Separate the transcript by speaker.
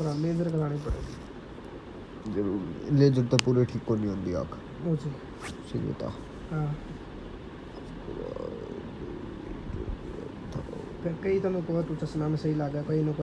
Speaker 1: और लेज़र करानी पड़ेगी
Speaker 2: जरूर लेजर तो पूरे ठीक को नहीं होती आँख
Speaker 1: मुझे
Speaker 2: सही बता
Speaker 1: हाँ क- कई तो को चश्मा में सही लगा कई नु